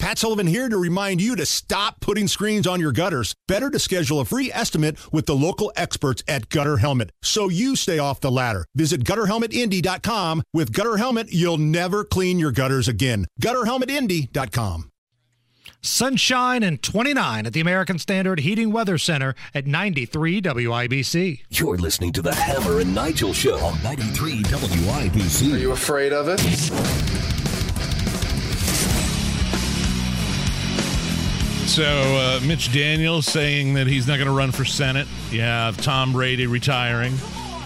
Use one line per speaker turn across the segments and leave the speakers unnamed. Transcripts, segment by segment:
Matt Sullivan here to remind you to stop putting screens on your gutters. Better to schedule a free estimate with the local experts at Gutter Helmet so you stay off the ladder. Visit gutterhelmetindy.com. With Gutter Helmet, you'll never clean your gutters again. Gutterhelmetindy.com.
Sunshine and 29 at the American Standard Heating Weather Center at 93 WIBC.
You're listening to the Hammer and Nigel Show on 93 WIBC.
Are you afraid of it?
So uh, Mitch Daniels saying that he's not going to run for Senate. You have Tom Brady retiring.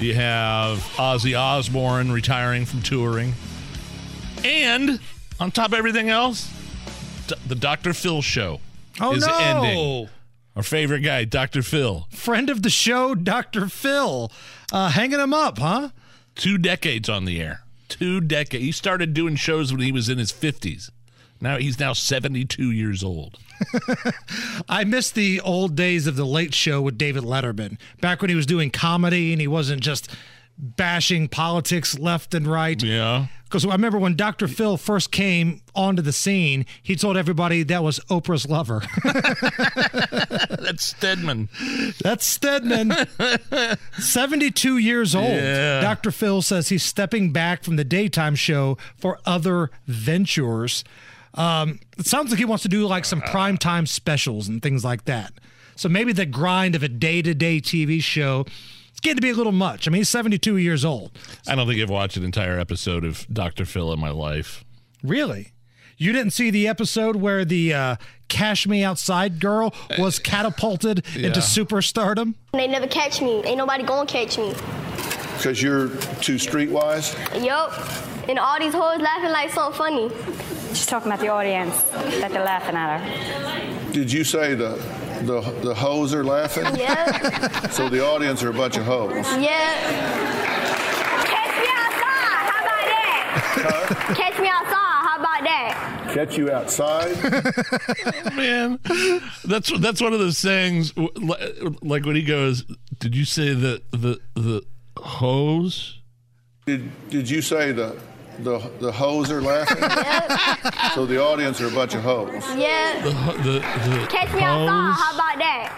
You have Ozzy Osbourne retiring from touring. And on top of everything else, d- the Dr. Phil show
Oh,
is
no.
ending. Our favorite guy, Dr. Phil.
Friend of the show, Dr. Phil. Uh, hanging him up, huh?
Two decades on the air. Two decades. He started doing shows when he was in his 50s. Now he's now 72 years old.
I miss the old days of the late show with David Letterman, back when he was doing comedy and he wasn't just bashing politics left and right.
Yeah.
Because I remember when Dr. Phil first came onto the scene, he told everybody that was Oprah's lover.
That's Stedman.
That's Stedman. 72 years old.
Yeah.
Dr. Phil says he's stepping back from the daytime show for other ventures. Um, it sounds like he wants to do like some primetime specials and things like that. So maybe the grind of a day to day TV show it's getting to be a little much. I mean, he's 72 years old.
I don't think I've watched an entire episode of Dr. Phil in my life.
Really? You didn't see the episode where the uh, Cash Me Outside girl was catapulted into superstardom?
They never catch me. Ain't nobody gonna catch me.
Because you're too streetwise?
Yup. And all these hoes laughing like something funny.
She's talking about the audience that they're laughing at her.
Did you say the the the hoes are laughing?
Yeah.
so the audience are a bunch of hoes.
yeah. Catch me outside. How about that? catch me outside. How about that?
Catch you outside?
man. That's that's one of those sayings. w- li- Like when he goes, "Did you say the the the hose?"
did did you say the the the hoes are laughing? so the audience are a bunch of hoes.
Yeah.
The ho- the, the
Catch me outside. How
hose?
about that?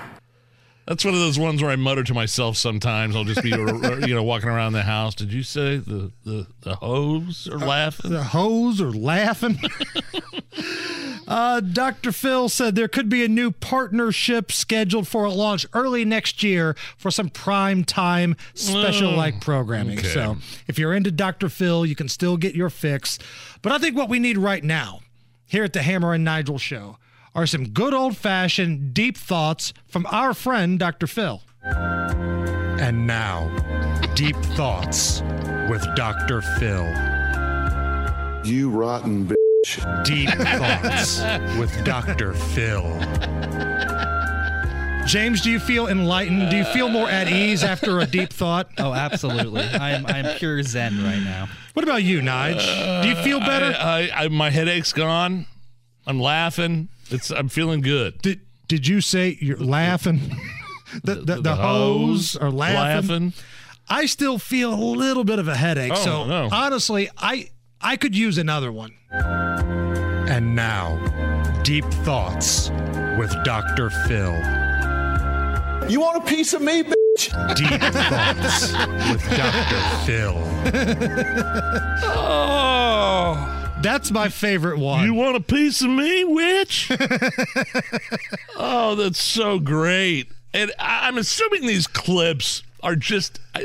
That's one of those ones where I mutter to myself sometimes. I'll just be you know walking around the house. Did you say the the the hose are laughing?
Uh, the hoes are laughing. uh, Dr. Phil said there could be a new partnership scheduled for a launch early next year for some prime time special like programming.
okay.
So if you're into Dr. Phil, you can still get your fix. But I think what we need right now here at the Hammer and Nigel show are some good old fashioned deep thoughts from our friend Dr. Phil. And now, deep thoughts with Dr. Phil.
You rotten b-
Deep Thoughts with Dr. Phil. James, do you feel enlightened? Do you feel more at ease after a deep thought?
Oh, absolutely. I'm I'm pure zen right now.
What about you, Nige? Do you feel better?
I, I, I my headache's gone. I'm laughing. It's I'm feeling good.
did Did you say you're laughing? the, the, the, hoes are laughing. I still feel a little bit of a headache.
Oh,
so
no.
honestly, I I could use another one. And now, deep thoughts with Dr. Phil.
You want a piece of me, b-?
Deep Thoughts with Dr. Phil.
Oh,
That's my favorite one.
you want a piece of me, witch? oh, that's so great. And I- I'm assuming these clips are just uh,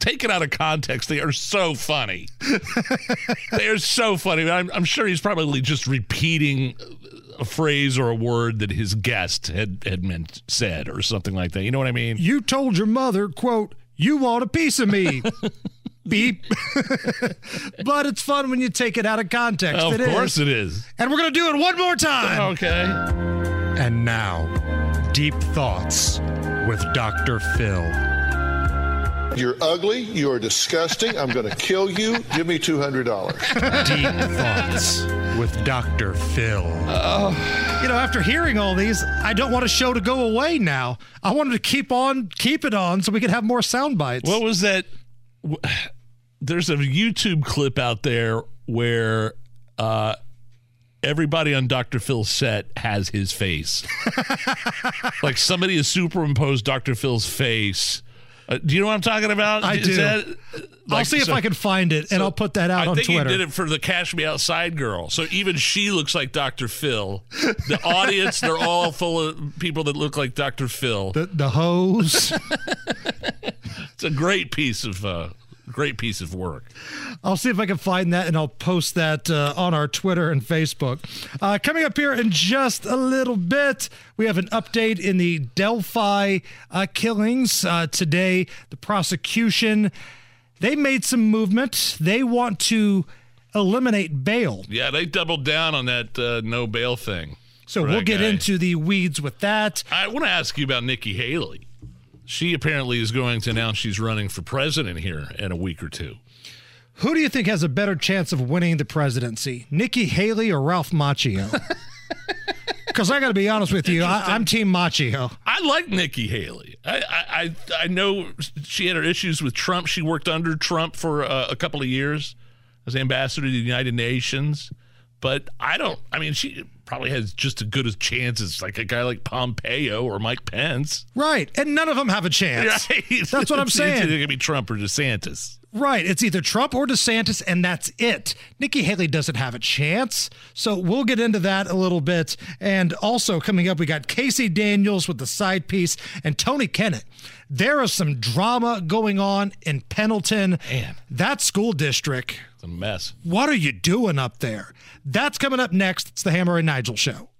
taken out of context. They are so funny. they are so funny. I'm, I'm sure he's probably just repeating a phrase or a word that his guest had, had meant said or something like that. You know what I mean?
You told your mother, quote, you want a piece of me. Beep. but it's fun when you take it out of context.
Of
It is.
course it is.
And we're going to do it one more time.
Oh, Okay.
And now, Deep Thoughts with Dr. Phil.
You're ugly. You are disgusting. I'm going to kill you. Give me two hundred dollars.
Deep Thoughts with Dr. Phil. Oh. You know, after hearing all these, I don't want a show to go away now. I wanted to keep on, keep it on so we could have more sound bites.
What was that? w- There's a YouTube clip out there where uh, everybody on Dr. Phil's set has his face. like somebody has superimposed Dr. Phil's face. Uh, do you know what I'm talking about?
I
Is
do.
that-
I'll
like,
see if
so-
I can find it, and I'll put that out
I
on
think
Twitter.
he did it for the Cash Me Outside girl. So even she looks like Dr. Phil. The audience, they're all full of people that look like Dr. Phil.
the, the hose.
It's a great piece of uh, great piece of work.
I'll see if I can find that and I'll post that uh, on our Twitter and Facebook. Uh, coming up here in just a little bit, we have an update in the Delphi uh, killings uh, today. The prosecution they made some movement. They want to eliminate bail.
Yeah, they doubled down on that uh, no bail thing.
So
for
we'll
that
get
guy.
into the weeds with that.
I want to ask you about Nikki Haley. She apparently is going to announce she's running for president here in a week or two.
Who do you think has a better chance of winning the presidency, Nikki Haley or Ralph Macchio? Because I got to be honest with you, I, I'm Team Macchio.
I like Nikki Haley. I I, I I know she had her issues with Trump. She worked under Trump for uh, a couple of years as ambassador to the United Nations. But I don't. I mean, she probably has just as good a chance as like a guy like Pompeo or Mike Pence.
Right. And none of them have a chance. That's what I'm
It's
saying.
Either going to be Trump or DeSantis.
Right. It's either Trump or DeSantis, and that's it. Nikki Haley doesn't have a chance. So we'll get into that a little bit. And also coming up, we got Casey Daniels with the side piece and Tony Kennett. There is some drama going on in Pendleton.
Man.
That school district,
It's a mess.
what are you doing up there? That's coming up next. It's the Hammer and Nigel show.